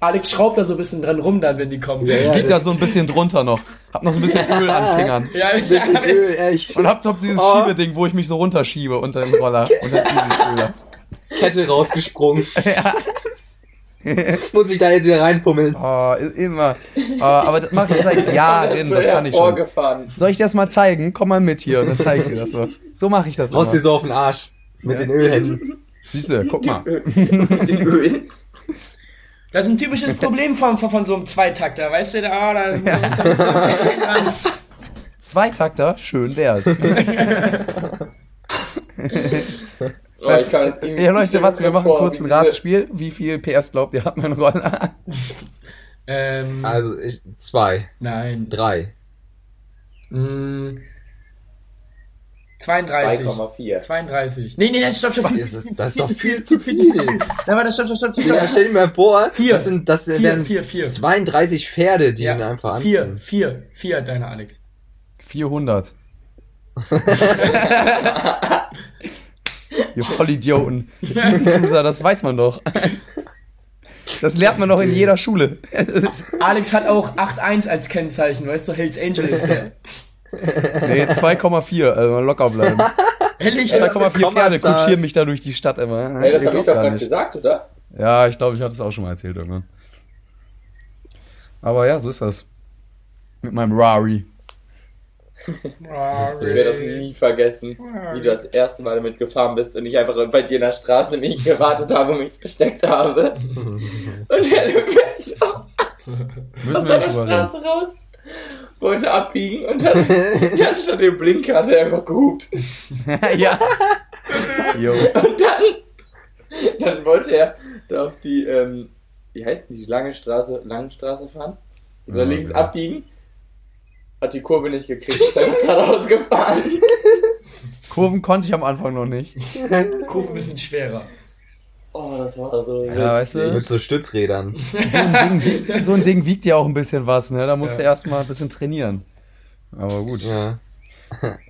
C: Alex schraubt da so ein bisschen dran rum dann, wenn die kommen. Ja,
D: liegt da so ein bisschen drunter noch. Hab noch so ein bisschen Öl an den Fingern.
C: ich
B: Das ist Öl,
C: jetzt.
B: echt.
D: Und hab, hab dieses
B: Oh.
D: Schiebeding, wo ich mich so runterschiebe unter den Roller. Unter diesen Schüler.
B: Kette rausgesprungen. Muss ich da jetzt wieder reinpummeln.
D: Oh, ist immer. Oh, aber das mache ich seit Jahren, das kann ich schon.
A: Vorgefahren.
D: Soll ich dir das mal zeigen? Komm mal mit hier, dann zeige ich dir das so. So mache ich das immer.
B: Haust dir so auf den Arsch. Mit den Ölhänden.
D: Süße, guck mal.
C: Das ist ein typisches Problem von, von, von so einem Zweitakter, weißt du? Da, da, da, ist da, da, da.
D: Zweitakter, schön wär's.
A: Oh, ich kann das irgendwie- ich
D: Ja, Leute,
A: stell
D: warte,
A: mir
D: wir machen
A: vor,
D: kurz
A: wie
D: ein
A: diese-
D: Ratespiel. Wie viel PS glaubt ihr, hat mein Roller?
C: Ähm,
B: Also, ich, zwei,
C: nein.
B: drei.
C: Mm, 32.
A: 2,4.
C: 32. Nee, nee, das ist doch schon viel.
B: Das ist, das ist doch viel zu viel.
C: Nein, warte, stopp, stopp, stopp. stopp.
B: Ja, stell dir mal vor,
C: Vier.
B: das sind, das
C: Vier,
B: wären
C: vier, vier.
B: 32 Pferde, die ihn einfach anziehen.
C: vier, vier, vier, deine Alex.
D: 400. Ihr Vollidioten. Riesencruiser, das weiß man doch. Das lernt man doch in jeder Schule.
C: Alex hat auch 8-1 als Kennzeichen, weißt du, Hells Angel ist er.
D: Nee, 2,4, also locker bleiben.
C: Ehrlich?
D: 2,4 Pferde
B: Kommazahl.
D: kutschieren mich da durch die Stadt immer.
A: Ey, das
D: Ihr
A: habe ich
D: glaubt
A: doch
D: gar
A: gerade
D: nicht.
A: gesagt, oder?
D: Ja, ich glaube, ich hatte es auch schon mal erzählt irgendwann. Aber ja, so ist das. Mit meinem Rari.
A: Ich werde das nie vergessen, wie du das erste Mal damit gefahren bist und ich einfach bei dir in der Straße mich gewartet habe und mich versteckt habe. Und er fährt aus
D: Müssen wir
A: der
D: nicht drüber reden.
A: Straße raus, wollte abbiegen und dann, dann statt dem Blinker hat er einfach gehupt.
D: ja. Jo.
A: Und dann, dann wollte er da auf die, ähm, wie heißt die, die lange Straße, Langenstraße fahren. Und dann
D: Ja,
A: links
D: ja.
A: abbiegen. Hat die Kurve nicht gekriegt, ist einfach geradeaus gefahren.
D: Kurven konnte ich am Anfang noch nicht.
C: Kurve ein bisschen schwerer.
A: Oh, das war so
D: Ja, weißt du?
B: Mit so Stützrädern.
D: So ein Ding, wiegt- so ein Ding wiegt ja auch ein bisschen was, ne? Da musst
C: Ja.
D: du erstmal ein bisschen trainieren. Aber gut.
B: Ja.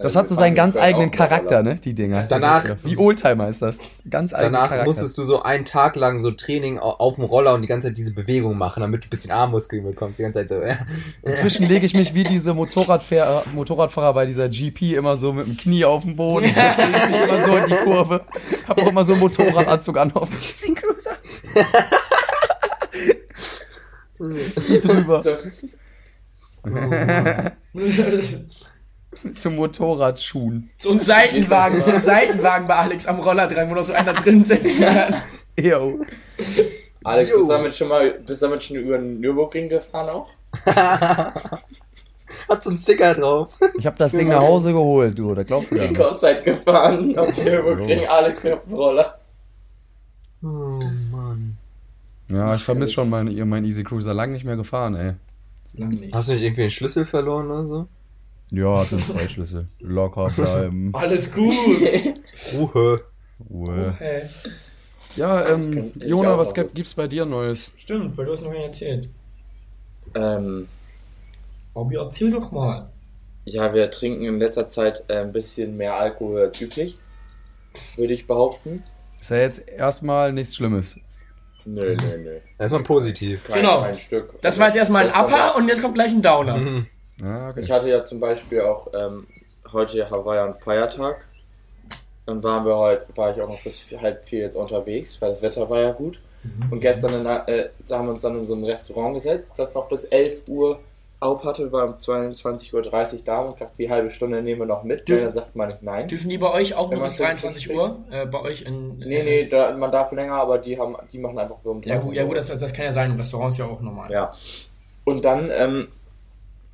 D: Das hat so seinen ganz eigenen Charakter, ne? Die Dinger. Das
B: Danach-
D: ist ja- Wie Oldtimer ist das. Ganz eigenen
B: Danach
D: Charakter.
B: musstest du so einen Tag lang so Training au- auf dem Roller und die ganze Zeit diese Bewegung machen, damit du ein bisschen Armmuskeln bekommst. Die ganze Zeit so.
D: Inzwischen lege ich mich wie diese Motorradfahrer, Motorradfahrer bei dieser GP immer so mit dem Knie auf den Boden. Ich lege mich immer so in die Kurve. Hab auch immer so einen Motorradanzug an auf dem Racing Cruiser. Drüber
A: So,
C: so
D: zum Motorradschuhen.
C: ein Seitenwagen, so ein Seitenwagen bei Alex am Roller dran, wo noch so einer drin sitzt.
D: Yo.
A: Alex,
B: Jo.
A: bist du damit schon mal, bist du damit schon über den Nürburgring gefahren auch?
B: Hat so einen Sticker drauf.
D: Ich habe das Ding nach Hause geholt, du. Da glaubst du gar nicht.
A: Rekordzeit gefahren auf den Nürburgring, Alex auf dem Roller.
B: Oh Mann.
D: Ja, ich vermisse schon meinen mein Easy Cruiser. Lang nicht mehr gefahren, ey.
B: Hast du nicht irgendwie den Schlüssel verloren oder so?
D: Ja, hat sind zwei Schlüssel. Locker bleiben.
C: Alles gut.
B: Ruhe.
D: Ruhe.
C: Hey.
D: Ja,
A: kann
D: ähm,
A: ich
D: Jona,
A: auch
D: was
A: noch
D: gibt,
A: wissen.
D: gibt's bei dir Neues?
C: Stimmt, weil du hast noch nicht erzählt.
A: Ähm,
C: Bobby, erzähl doch mal.
A: ja, wir trinken in letzter Zeit äh, ein bisschen mehr Alkohol als üblich. Würde ich behaupten.
D: Ist ja jetzt erstmal nichts Schlimmes.
A: Nö, nö, nö.
B: Erstmal positiv.
A: Kein,
C: Genau.
A: kein Stück. Also
C: Das war jetzt erstmal ein
A: Gestern
C: Upper
A: war-
C: und jetzt kommt gleich ein Downer.
B: Mhm.
D: Ja, okay.
A: Ich hatte ja zum Beispiel auch ähm, heute Hawaiian Feiertag. Dann waren wir heute, war ich auch noch bis halb vier jetzt unterwegs, weil das Wetter war ja gut.
C: Mhm.
A: Und gestern in, der- äh, haben wir uns dann in so einem Restaurant gesetzt, das noch bis 11 Uhr auf hatte, war um 22.30 Uhr da und dachte, die halbe Stunde nehmen wir noch mit.
C: Dürfen-
A: Dürfen, dann sagt man nicht nein.
C: Dürfen die bei euch auch
A: Wenn
C: nur
A: man
C: bis
A: so
C: 23 Uhr? Äh, bei euch in.
A: Nee,
C: äh,
A: nee, da, man darf länger, aber die haben, die machen einfach so um
C: Ja, gut, ja, gut das,
A: 13 Uhr.
C: das, das kann ja sein. Im Restaurant ist ja auch normal.
A: Ja. Und dann ähm,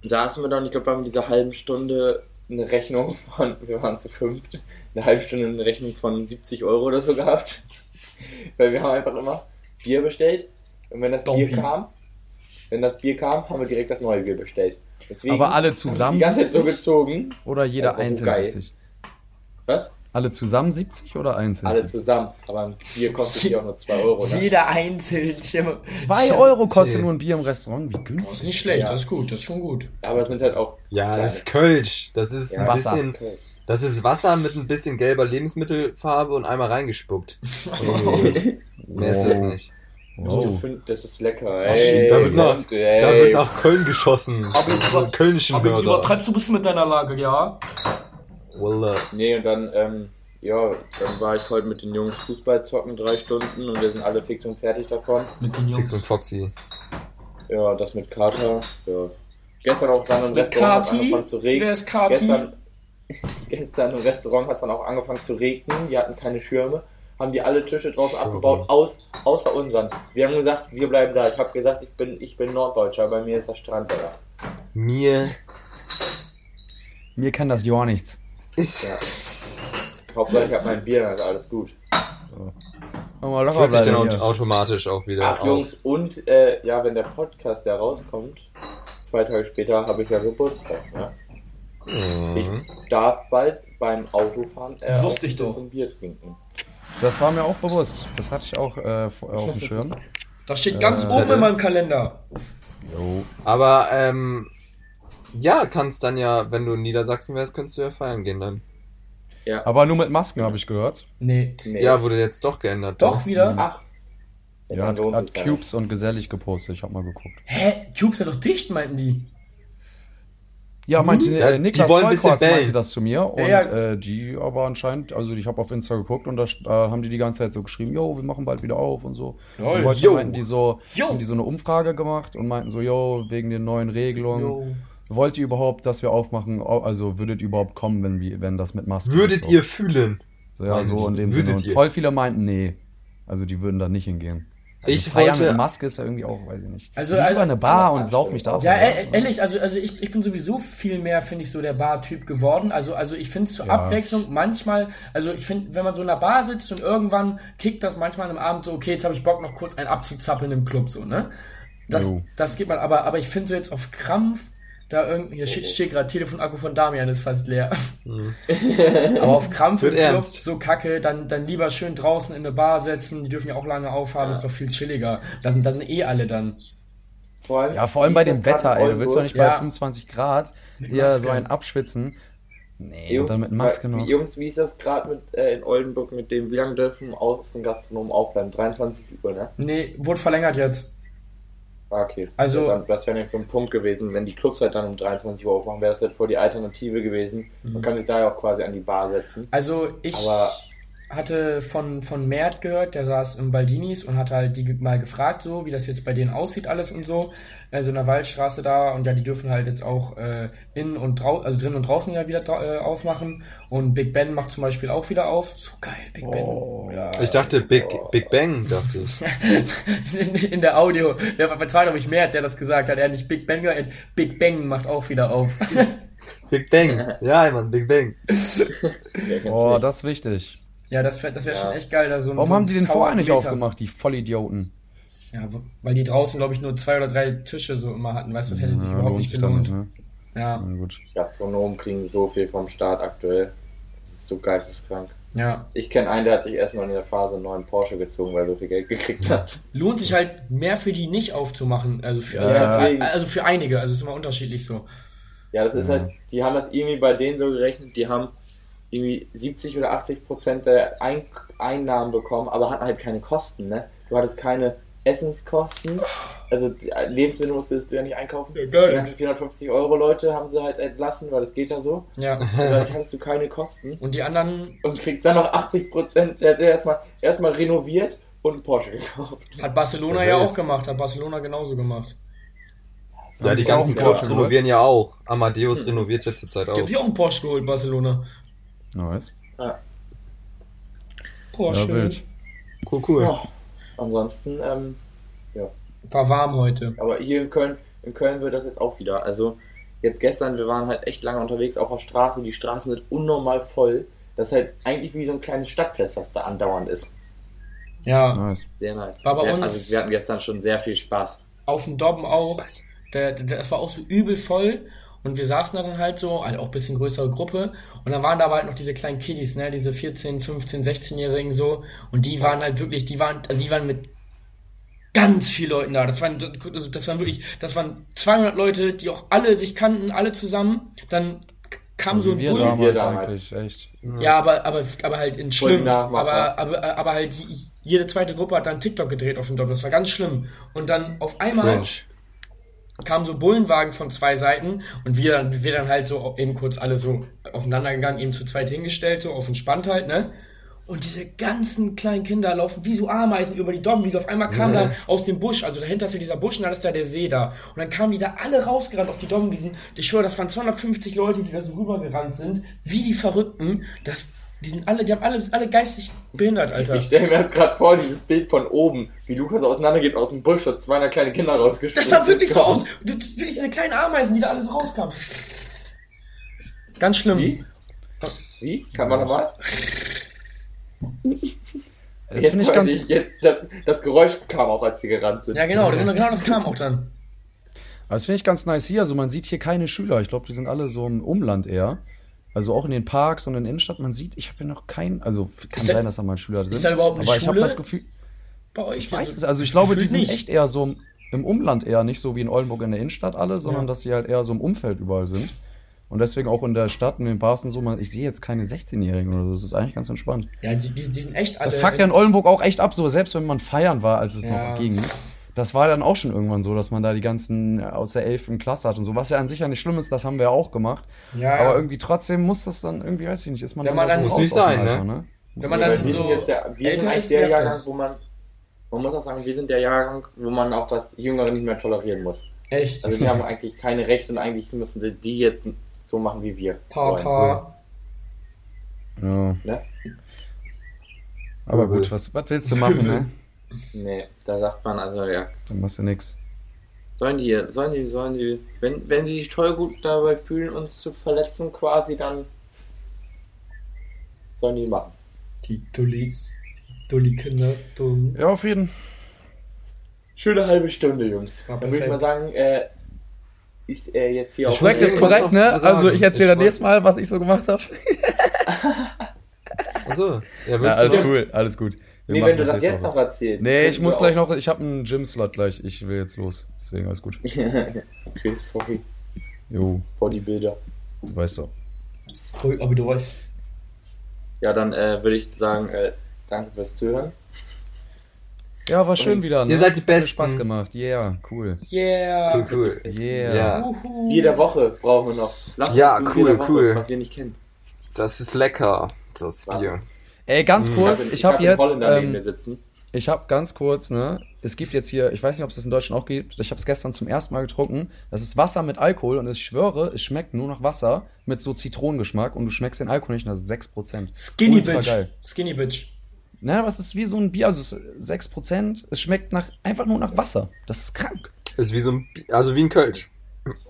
A: saßen wir dann, ich glaube, wir haben in dieser halben Stunde eine Rechnung von, wir waren zu fünft, eine halbe Stunde eine Rechnung von 70 Euro oder so gehabt. Weil wir haben einfach immer Bier bestellt und wenn das Bier
C: Dompi.
A: kam, wenn das Bier kam, haben wir direkt das neue Bier bestellt. Deswegen
D: Aber alle
A: haben wir die
D: zusammen
A: ganze Zeit so gezogen.
D: oder jeder
A: Das war so
D: einzeln
A: geil.
D: 70?
A: Was?
D: Alle zusammen 70 oder einzeln?
A: Alle zusammen. Aber ein Bier kostet hier auch nur 2 Euro. Ne?
C: Jeder einzeln. Stimme.
D: 2 Euro kostet
B: Nee.
D: nur ein Bier im Restaurant. Wie
C: Das Oh, ist
D: günstig.
C: nicht schlecht,
A: Ja.
C: das ist gut, das ist schon gut.
A: Aber es sind halt auch.
B: Ja,
A: kleine-
B: das ist Kölsch. Das ist
A: Ja,
B: ein
D: Wasser.
B: bisschen. Das ist Wasser mit ein bisschen gelber Lebensmittelfarbe und einmal reingespuckt. Mehr ist
D: Oh.
B: das nicht.
A: Das,
D: Wow.
A: find, das ist lecker.
B: shit.
A: Ey,
B: Oh. Da wird noch-
A: ey.
B: Da wird nach Köln geschossen.
C: Aber jetzt über-
B: Mit Kölnischen Mörder.
C: du ein bisschen mit deiner Lage, ja?
B: Wallah.
A: Nee, und dann, ähm, ja, dann war ich heute mit den Jungs Fußball zocken, drei Stunden und wir sind alle fix und fertig davon.
C: Mit den
B: Fix und
C: Jungs.
B: Foxy.
A: Ja, das mit Kater. Ja. Gestern auch dann im
C: Mit
A: Restaurant hat
C: Kati?
A: angefangen zu
C: Wer
A: regnen.
C: ist Kati?
A: Gestern, gestern im Restaurant hat es dann auch angefangen zu regnen. Die hatten keine Schirme. Haben die alle Tische draußen
B: Schirme.
A: abgebaut, aus, außer unseren. Wir haben gesagt, wir bleiben da. Ich habe gesagt, ich bin, ich bin Norddeutscher, bei mir ist der Strand da.
B: Mir.
D: Mir kann das Jahr nichts.
B: Ich.
A: Ja. Hauptsache, ich habe mein Bier, dann ist alles gut.
D: Mach mal locker
B: Fühlt sich dann
D: bleiben.
B: aut-
D: hier.
B: automatisch auch wieder
A: Ach
B: auf.
A: Jungs, und äh, ja, wenn der Podcast ja rauskommt, zwei Tage später habe ich ja Geburtstag. Ne? Ich
B: Mhm.
A: darf bald beim Autofahren äh,
C: Wusste ich
A: auch ein bisschen
C: doch.
A: Bier trinken.
D: Das war mir auch bewusst. Das hatte ich auch äh, vor- auf dem Schirm.
C: Das steht ganz
D: Äh,
C: oben in meinem Kalender.
D: Jo.
B: Aber, ähm. Ja, kannst dann ja, wenn du in Niedersachsen wärst, könntest du ja feiern gehen dann.
D: Aber nur mit Masken, habe ich gehört.
C: Nee.
A: Nee.
B: Ja, wurde jetzt doch geändert. ne?
C: Doch wieder?
A: Ach.
D: Ja,
A: dann
D: hat,
A: lohnt
D: hat
A: sich's halt. ja.
D: Cubes und gesellig gepostet. Ich habe mal geguckt.
C: Hä? Cubes war doch dicht, meinten die.
D: Ja, meinte
B: Ja,
D: äh,
B: die
D: Niklas
B: wollen ein bisschen
D: Volkwarz meinte
B: bellen.
D: das zu mir und
C: Mhm. Ja, ja.
D: äh, die aber anscheinend, also ich habe auf Insta geguckt und da st- äh, haben die die ganze Zeit so geschrieben, yo, wir machen bald wieder auf und so.
C: Lol.
D: und heute
B: Yo.
D: meinten die so,
C: Yo.
D: haben die so eine Umfrage gemacht und meinten so, yo, wegen den neuen Regelungen Wollt ihr überhaupt, dass wir aufmachen? Oh, Also würdet ihr überhaupt kommen, wenn, wir, wenn das mit Maske
B: Würdet
D: ist? so?
B: ihr fühlen?
D: So, ja, so in dem
B: Würdet
D: Sinne. Und
B: ihr?
D: voll viele meinten, nee. Also die würden da nicht hingehen. Also
B: Ich
D: feiern
B: wollte-
D: mit Maske ist ja irgendwie auch, weiß ich nicht.
C: Also,
D: ich
C: also-
D: über eine Bar und ne? sauf mich da auf.
C: Ja, e- e- ehrlich, also, also ich, ich bin sowieso viel mehr, finde ich, so der Bar-Typ geworden. Also, also ich finde es zur
D: Ja.
C: Abwechslung manchmal, also ich finde, wenn man so in einer Bar sitzt und irgendwann kickt das manchmal am Abend so, okay, jetzt habe ich Bock, noch kurz einen abzuzappeln im Club, so, ne? Das,
D: Jo.
C: das geht man, aber, aber ich finde so jetzt auf Krampf, da irgendwie, hier steht, steht gerade, Telefonakku von Damian ist fast leer. aber auf Krampf im
B: Wird
C: Club,
B: ernst.
C: so kacke, dann, dann lieber schön draußen in eine Bar setzen, die dürfen ja auch lange aufhaben, ist doch viel chilliger. Da sind, da sind eh alle dann.
A: Vor allem,
D: Ja, vor allem bei dem Wetter, ey. Du willst doch nicht bei
C: Ja.
D: 25 Grad
C: Mit
D: dir
C: Maske.
D: so ein Abschwitzen. Nee,
A: Jungs,
D: und dann mit Maske ne?
A: weil-
D: noch.
A: Jungs, wie ist das gerade mit äh, in Oldenburg mit dem, wie lange dürfen Außengastronomen aufbleiben? 23 Uhr, ne?
C: Nee, wurde verlängert jetzt.
A: Ah, okay.
C: Also-
A: ja, dann, das wäre nicht so ein Punkt gewesen, wenn die Clubs halt dann um 23 Uhr aufmachen, wäre das halt voll die Alternative gewesen.
D: Mhm.
A: Man kann sich da ja auch quasi an die Bar setzen.
C: Also ich
A: Aber-
C: hatte von, von Mert gehört, der saß im Baldinis und hat halt die ge- mal gefragt, so wie das jetzt bei denen aussieht alles und so. Also in der Waldstraße da und ja, die dürfen halt jetzt auch äh, innen und draußen, also drinnen und draußen ja wieder drau- äh, aufmachen. Und Big Ben macht zum Beispiel auch wieder auf. So geil, Big
D: Oh.
C: Ben. Ja.
B: Ich dachte Big, Big Bang, dachte ich.
C: in, in der Audio. Der war zwar, glaube ich, Mert, der das gesagt hat. Er hat nicht Big Ben gesagt, er hat Big Bang macht auch wieder auf.
B: Big Bang. Ja, Mann, Big Bang.
D: Oh, das ist wichtig.
C: ja, das wäre das wär
A: Ja.
C: schon echt geil. Da so ein-
D: Warum
C: so ein
D: haben die den
C: Tower
D: vorher nicht
C: Meter.
D: aufgemacht, die Vollidioten?
C: Ja, w- weil die draußen, glaube ich, nur zwei oder drei Tische so immer hatten. Weißt du, das hätte sich
D: Ja,
C: überhaupt
D: lohnt
C: nicht
D: sich dann
C: gelohnt.
D: nicht, ne?
C: Ja,
D: Na gut.
A: Gastronomen kriegen so viel vom Staat aktuell. Das ist so geisteskrank.
C: ja.
A: Ich kenne einen, der hat sich erstmal in der Phase einen neuen Porsche gezogen, weil er so viel Geld gekriegt hat.
C: Lohnt sich halt mehr für die nicht aufzumachen. Also für,
A: Ja.
C: also für, also für einige. Also ist immer unterschiedlich so.
A: Ja, das
C: Mhm.
A: ist
D: Ja.
A: halt, die haben das irgendwie bei denen so gerechnet, die haben irgendwie 70 oder 80 Prozent der Ein Einnahmen bekommen, aber hatten halt keine Kosten, ne? Du hattest keine Essenskosten, also die Lebensmittel musstest du ja nicht einkaufen.
C: Ja, gar
A: Die ganzen 450 Euro Leute haben sie halt entlassen, weil das geht ja so.
C: Ja.
A: Und dann kannst du keine Kosten
C: Und die anderen
A: und kriegst dann noch 80 Prozent, der hat erstmal erstmal renoviert und einen Porsche gekauft.
C: hat Barcelona
B: Das
C: ja
B: ist-
C: auch gemacht. Hat Barcelona genauso gemacht.
B: Ja, die
D: Haben die auch
B: ganzen
D: einen
B: Clubs
D: Porsche, oder?
B: renovieren ja auch. Amadeus renoviert ja zurzeit
C: Die
B: auch.
C: haben sich auch einen Porsche geholt, Barcelona.
D: Nice.
C: Porsche.
D: Ja, wild.
B: Cool, cool.
A: Ja. Ansonsten, ähm,
C: War warm heute.
A: Aber hier in Köln, in Köln wird das jetzt auch wieder. Also jetzt gestern, wir waren halt echt lange unterwegs auf der Straße. Die Straßen sind unnormal voll. Das ist halt eigentlich wie so ein kleines Stadtfest, was da andauernd ist.
C: Ja.
D: Nice.
A: Sehr nice.
C: War bei
A: wir,
C: uns-
A: Also wir hatten gestern schon sehr viel Spaß.
C: auf dem Dobben auch. Der, der, das war auch so übel voll. Und wir saßen da dann halt so, also auch ein bisschen größere Gruppe. Und dann waren da aber halt noch diese kleinen Kiddies, ne, diese 14, 15, 16-Jährigen so. Und die waren halt wirklich, die waren, also die waren mit ganz viel Leuten da. Das waren, also das waren wirklich, das waren 200 Leute, die auch alle sich kannten, alle zusammen. Dann kam so ein
D: Also wir
C: Bund-
D: damals,
A: wir damals.
D: eigentlich, echt.
C: ja, aber, aber, aber halt in
A: Voll die
C: schlimm.
A: Nachmacher.
C: Aber, aber, aber halt j- jede zweite Gruppe hat dann TikTok gedreht auf dem Doppel. Das war ganz schlimm. Und dann auf einmal
B: Mensch.
C: kamen so Bullenwagen von zwei Seiten und wir dann, wir dann halt so eben kurz alle so auseinandergegangen, eben zu zweit hingestellt, so auf entspannt halt, ne? Und diese ganzen kleinen Kinder laufen wie so Ameisen über die Domben, wie so auf einmal kam da aus dem Busch, also dahinter ist ja dieser Busch und dann ist da der See da. Und dann kamen die da alle rausgerannt auf die Dombenwiesen. Ich schwöre, das waren 250 Leute, die da so rübergerannt sind, wie die Verrückten. Das, die sind alle, die haben alle, alle geistig behindert, Alter.
A: Ich stelle mir jetzt gerade vor, dieses Bild von oben, wie Lukas auseinandergeht und aus dem Busch hat 200 kleine Kinder rausgeschmissen.
C: Das sah wirklich so aus. Du- du- Wirklich diese kleinen Ameisen, die da alle so rauskamen. Ganz schlimm.
A: Wie? Wie? Kann man nochmal?
D: Das finde ich
A: weiß
D: ganz.
A: ich, jetzt, das, das Geräusch kam auch, als die gerannt sind.
C: Ja, genau, genau, genau das kam auch dann.
D: Das finde ich ganz nice hier. Also man sieht hier keine Schüler. Ich glaube, die sind alle so im Umland eher. Also auch in den Parks und in der Innenstadt. Man sieht, ich habe ja noch keinen. Also kann
C: Ist da-
D: sein, dass da mal Schüler sind.
C: da überhaupt eine
D: aber ich habe
C: Schule?
D: das Gefühl.
C: Bei euch.
D: Ich weiß es. Also ich glaube, die
C: gefühlt
D: sind
C: nicht.
D: echt eher so im- im Umland eher, nicht so wie in Oldenburg in der Innenstadt alle, sondern
C: Ja.
D: dass sie halt eher so im Umfeld überall sind. Und deswegen auch in der Stadt, in den Bars und so, man, ich sehe jetzt keine 16-Jährigen oder so. Das ist eigentlich ganz entspannt.
C: Ja, die, die, die sind echt alle.
D: Das fuckt ja in Oldenburg auch echt ab, so selbst wenn man feiern war, als es
C: Ja.
D: noch ging. Das war dann auch schon irgendwann so, dass man da die ganzen äh, aus der 11. Klasse hat und so. Was ja an sich ja nicht schlimm ist, das haben wir ja auch gemacht.
C: Ja, ja.
D: Aber irgendwie trotzdem muss das dann irgendwie, weiß ich nicht, ist man
C: Wenn man
D: da so
C: dann-
D: raus
B: Muss nicht
D: aus dem
B: sein, ne?
C: Wenn
D: Muss
C: man
D: nicht
C: dann
A: Weil
D: sein.
A: wir
C: so-
A: sind jetzt der, wir sind
C: älter
A: eigentlich
C: ist,
A: der
C: nervt
A: Jahrgang,
C: das.
A: wo man, man muss auch sagen, wir sind der Jahrgang, wo man auch das Jüngere nicht mehr tolerieren muss.
C: Echt?
A: Also die haben eigentlich keine Rechte und eigentlich müssen sie die jetzt so machen wie wir. wollen, so.
C: Tata.
D: Ja.
A: Ne?
D: Aber gut, was, was willst du machen, ne?
A: Nee, da sagt man also, ja.
D: Dann machst du nix.
A: Sollen die, sollen die, sollen die, wenn, wenn sie sich toll gut dabei fühlen, uns zu verletzen quasi, dann sollen die machen.
C: Die Dullis. Die Dulli-Kinder. Dumm.
D: Ja, auf jeden.
A: Schöne halbe Stunde, Jungs.
C: War
A: Dann würde ich
C: perfekt.
A: mal sagen, äh, ist äh, jetzt hier auf
D: Schreck
B: Schmeckt
A: dem
B: es
A: Weg.
D: ist
B: irgendwas
D: korrekt,
B: noch
D: ne?
B: zu sagen.
D: Also ich erzähle dann
B: Ich
D: nächstes Mal, was ich so gemacht habe.
B: Achso. Also, Ja, willst
D: Ja, alles
B: du noch?
D: cool, alles gut. Wir
A: Nee,
D: machen
A: wenn du das
D: nächste
A: jetzt
D: Woche.
A: noch erzählst.
D: Nee, ich
A: können
D: muss
A: wir
D: gleich noch, ich habe einen Gym-Slot gleich. Ich will jetzt los. Deswegen alles gut.
A: auch- Okay, sorry.
D: Jo,
A: Bodybuilder.
D: du weißt doch.
C: Cool, aber du weißt.
A: Ja, dann äh, würde ich sagen, äh, danke fürs Zuhören.
D: Ja, war schön
A: Und
D: wieder. Ne?
B: ihr seid die
D: Hat
B: Besten.
D: Spaß gemacht. Yeah, cool.
C: Yeah.
B: Cool, cool.
D: Yeah.
B: Ja.
C: Uhu.
A: Jede Woche brauchen wir noch. Lass
B: Ja,
A: uns
B: cool,
A: jede Woche,
B: cool.
A: Was wir nicht kennen.
B: Das ist lecker, das
A: Was?
B: Bier.
D: Ey, ganz kurz, ich habe
A: einen
D: jetzt,
A: Holländer neben mir
D: ähm,
A: sitzen.
D: ich habe ganz kurz, ne, es gibt jetzt hier, ich weiß nicht, ob es das in Deutschland auch gibt, ich habe es gestern zum ersten Mal getrunken, das ist Wasser mit Alkohol und ich schwöre, es schmeckt nur nach Wasser mit so Zitronengeschmack und du schmeckst den Alkohol nicht, und das ist 6%.
C: Skinny
D: Ultra
C: Bitch.
D: geil.
C: Skinny Bitch.
D: Na, aber es ist wie so ein Bier, also es ist 6%, es schmeckt nach, einfach nur nach Wasser. Das ist krank.
B: Ist wie so ein, Bi- also wie ein Kölsch.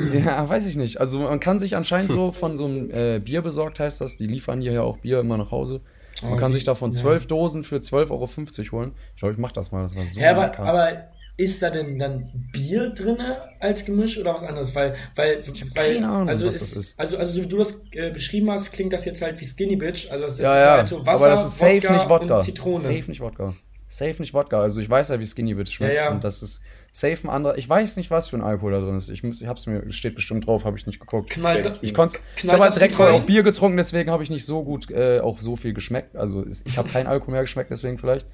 C: Mhm.
D: Ja, weiß ich nicht. Also man kann sich anscheinend so von so einem äh, Bier besorgt, heißt das, die liefern hier ja auch Bier immer nach Hause. Man
C: Oh,
D: kann
C: die-
D: sich davon
C: ja.
D: 12 Dosen für 12,50 Euro holen. Ich glaube, ich mach das mal, das war so
C: Ja, aber,
D: lecker.
C: aber ist da denn dann Bier drinne als Gemisch oder was anderes? Weil, weil, ich
D: hab
C: weil,
D: keine Ahnung,
C: also
D: was
C: ist,
D: das ist.
C: Also, also, wie du das äh, beschrieben hast, klingt das jetzt halt wie Skinny Bitch. Also, das
D: ja,
C: ist
D: ja.
C: halt so Wasser,
D: aber das ist safe
C: Wodka
D: nicht Wodka.
C: und Zitrone.
D: Safe nicht Wodka. Safe nicht Wodka. Also ich weiß ja, wie Skinny Bitch schmeckt.
C: Ja, ja.
D: Und das ist safe ein anderer. Ich weiß nicht, was für ein Alkohol da drin ist. Ich, muss, ich hab's mir, steht bestimmt drauf, habe ich nicht geguckt.
C: Knallt das,
D: Ich konnte ich
C: Knallt
D: habe
C: das
D: halt direkt
C: gut
D: vorher
C: rein?
D: auch Bier getrunken, deswegen habe ich nicht so gut äh, auch so viel geschmeckt. Also es- ich habe keinen Alkohol mehr geschmeckt, deswegen vielleicht.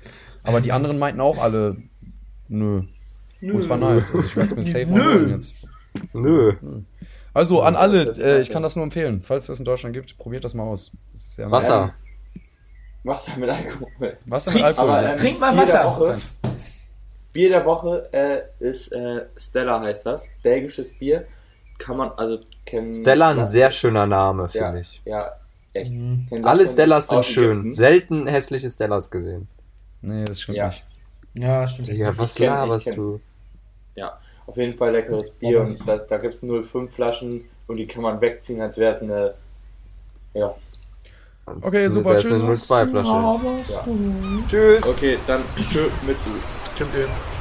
D: Aber die anderen meinten auch alle, nö. Und es war nice. Also ich werde es mir safe
C: Nö.
D: holen jetzt.
B: Nö.
D: Also an alle,
A: das ist
D: äh, ich
A: klasse.
D: kann das nur empfehlen. Falls das in Deutschland gibt, probiert das mal aus. Das ist sehr nice.
B: Wasser.
A: Wasser mit Alkohol.
D: Wasser mit
C: Trink-
D: Alkohol.
A: Aber,
D: ja.
A: ähm,
C: Trink mal
A: jede
C: Wasser.
A: Woche, Bier der Woche äh, ist äh, Stella heißt das. Belgisches Bier. Kann man also kennen.
B: Stella, ein
A: Lass-
B: sehr schöner Name,
A: ja,
B: finde ich.
A: Ja, echt.
C: Mhm.
A: Kennen
B: Alle
A: Lassen
B: Stellas sind
A: aus
B: schön.
A: Ägypten.
B: Selten hässliche Stellas gesehen.
D: Nee, das stimmt
A: Ja.
D: nicht.
C: Ja, stimmt.
B: Digga, was
A: Ich kenn- ich
B: laberst
A: kenn.
B: du?
A: Ja, auf jeden Fall leckeres
B: Oh
A: Bier. Und da, da gibt es 0,5 Flaschen und die kann man wegziehen, als wäre es eine. Ja.
D: Okay, super,
B: Das ist
D: tschüss.
A: Oh.
B: eine 02-Flasche. Tschüss.
A: Okay, dann schön mit.
C: Stimmt, ey.